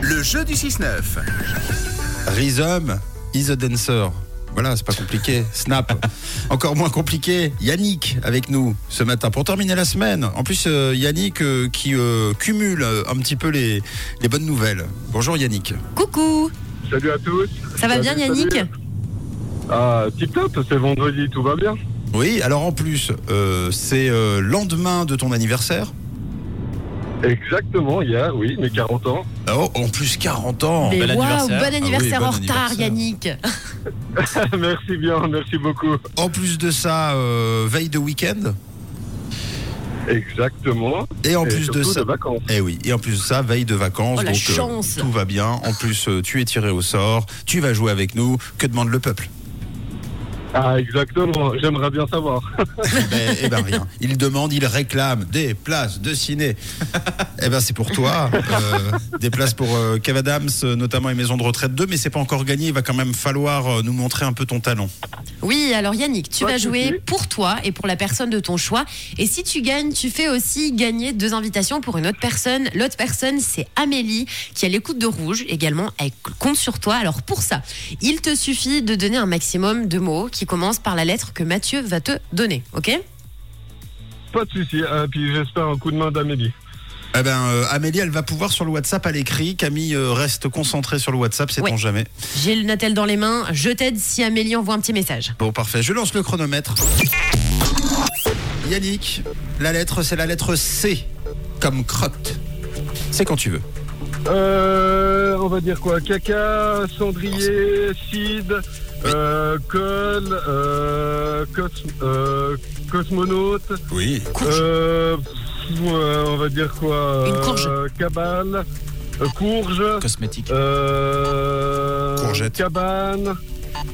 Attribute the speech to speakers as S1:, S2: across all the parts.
S1: Le jeu du 6-9.
S2: Rhizome is a dancer. Voilà, c'est pas compliqué. Snap, encore moins compliqué. Yannick avec nous ce matin pour terminer la semaine. En plus, euh, Yannick euh, qui euh, cumule euh, un petit peu les, les bonnes nouvelles. Bonjour Yannick.
S3: Coucou,
S4: Salut à tous.
S3: ça va
S4: Salut,
S3: bien Yannick
S4: salut. Ah, tip top, c'est vendredi, tout va bien.
S2: Oui, alors en plus, euh, c'est euh, lendemain de ton anniversaire.
S4: Exactement, il y a, oui, mes 40 ans.
S2: Oh, en plus 40 ans.
S3: Mais
S5: bel
S3: waouh,
S5: anniversaire.
S3: bon anniversaire
S2: Ah oui, bon
S3: en retard
S2: anniversaire.
S3: Yannick
S4: merci bien, merci beaucoup.
S2: En plus de ça, euh, veille de week-end.
S4: Exactement.
S2: Et en
S4: Et
S2: plus de
S4: surtout
S2: ça.
S4: des vacances.
S2: Eh oui, et en plus de ça, veille de vacances,
S3: Oh, la
S2: donc euh,
S3: chance.
S2: tout va bien. En plus, euh, tu es tiré au sort, tu vas jouer avec nous. Que demande le peuple
S4: Ah, exactement, j'aimerais bien savoir.
S2: Eh ben, eh ben, rien. Il demande, il réclame des places de ciné. Eh ben c'est pour toi, euh, des places pour euh, Kev Adams, euh, notamment et Maison de retraite 2, mais c'est pas encore gagné. Il va quand même falloir euh, nous montrer un peu ton talent.
S3: Oui, alors Yannick, tu
S4: Pas
S3: vas
S4: de
S3: jouer
S4: souci.
S3: pour toi et pour la personne de ton choix. Et si tu gagnes, tu fais aussi gagner deux invitations pour une autre personne. L'autre personne, c'est Amélie, qui a l'écoute de Rouge également. Elle compte sur toi. Alors pour ça, il te suffit de donner un maximum de mots qui commencent par la lettre que Mathieu va te donner. Ok
S4: Pas de souci. Ah, puis j'espère un coup de main d'Amélie.
S2: Eh ben euh, Amélie, elle va pouvoir sur le WhatsApp à l'écrit. Camille euh, reste concentrée sur le WhatsApp, c'est
S3: Ouais.
S2: on jamais.
S3: J'ai le Natel dans les mains. Je t'aide si Amélie envoie un petit message.
S2: Bon, parfait. Je lance le chronomètre. Yannick, la lettre, c'est la lettre C, comme crotte. C'est quand tu veux.
S4: Euh, on va dire quoi Caca, cendrier, cid, euh, col, euh, cos- euh, cosmonaute,
S2: Oui.
S4: euh, pff, euh, on va dire quoi
S3: Une courge.
S4: Euh, Cabale, euh, courge,
S5: Cosmétique.
S4: euh,
S2: Courgette.
S4: cabane,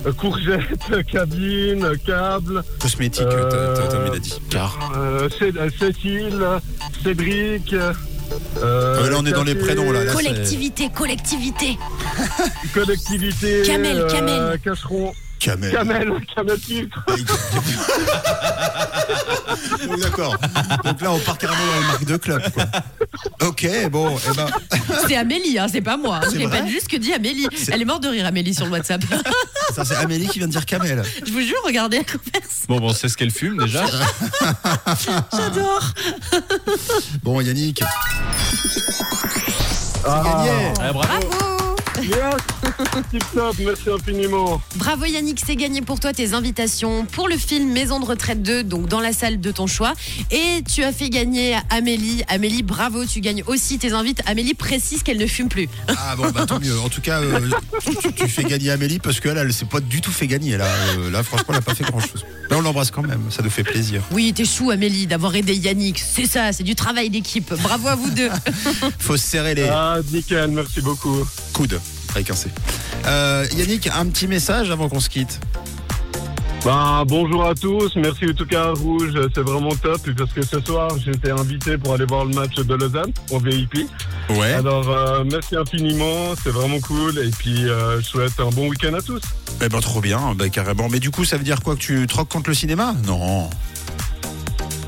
S4: euh, courgette, cabine, câble,
S2: Cosmétique,
S4: Euh,
S2: t'as- t'as- t'as mis la dit.
S5: Car.
S4: euh, Cé- euh, Cécile, Cédric.
S2: Ah,
S4: euh,
S2: mais là, on est dans les
S4: café,
S2: prénoms, là, là. c'est-
S3: Collectivité, collectivité.
S4: Collectivité.
S3: Camel,
S4: euh,
S3: Camel.
S4: Cacheron.
S2: Camel.
S4: Camel, Camel filtre.
S2: Oui, D'accord. Donc là, on part carrément dans les marques de club. Quoi. Ok, bon, eh ben,
S3: C'est Amélie, hein, c'est pas moi.
S2: C'est
S3: Je répète
S2: vrai
S3: juste ce que dit Amélie. Elle est morte de rire, Amélie, sur le WhatsApp.
S2: ça c'est Amélie qui vient de dire Camel.
S3: Je vous jure, regardez la conversation.
S5: Bon, bon, c'est ce qu'elle fume déjà.
S2: Ah.
S3: J'adore.
S2: Bon, Yannick,
S4: Ah,
S2: gagné.
S5: Ah, bravo.
S3: Bravo.
S4: yes. Tip top, merci infiniment.
S3: Bravo Yannick, c'est gagné pour toi tes invitations pour le film Maison de retraite 2, donc dans la salle de ton choix. Et tu as fait gagner à Amélie. Amélie, bravo, tu gagnes aussi tes invites. Amélie précise qu'elle ne fume plus.
S2: Ah bon, bah tant mieux. En tout cas, euh, tu, tu fais gagner Amélie parce qu'elle, elle s'est pas du tout fait gagner. Là, Euh, là franchement, elle n'a pas fait grand-chose. Là, on l'embrasse quand même, ça nous fait plaisir.
S3: Oui, t'es chou Amélie d'avoir aidé Yannick. C'est ça, c'est du travail d'équipe. Bravo à vous deux.
S2: Faut se serrer les
S4: Ah, nickel, merci beaucoup.
S2: coudes avec un C. Euh, Yannick, un petit message avant qu'on se quitte.
S4: Ben, bonjour à tous, merci en tout cas à Rouge, c'est vraiment top parce que ce soir j'étais invité pour aller voir le match de Lausanne en VIP.
S2: Ouais.
S4: Alors euh, merci infiniment, c'est vraiment cool et puis euh, je souhaite un bon week-end à tous.
S2: Eh ben trop bien, bah, carrément. Mais du coup, ça veut dire quoi que tu troques contre le cinéma Non.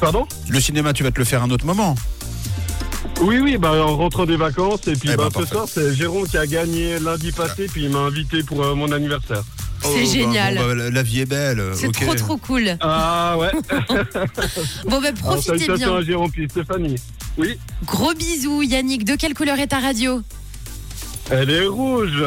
S4: Pardon
S2: Le cinéma, tu vas te le faire un autre moment.
S4: Oui, oui, ben, en rentrant des vacances et puis
S2: Eh ben,
S4: ben, ce
S2: parfait. Ah.
S4: soir c'est Jérôme qui a gagné lundi passé puis il m'a invité pour euh, mon anniversaire.
S3: C'est
S2: Oh, bah,
S3: génial.
S2: bon, bah, la- la vie est belle.
S3: C'est
S2: ok.
S3: trop trop cool.
S4: Ah ouais,
S3: Bon ben
S4: Alors,
S3: profitez
S4: salutations
S3: bien.
S4: à Jérôme puis Stéphanie. Oui,
S3: Gros bisous Yannick. De quelle couleur est ta radio
S4: elle est rouge.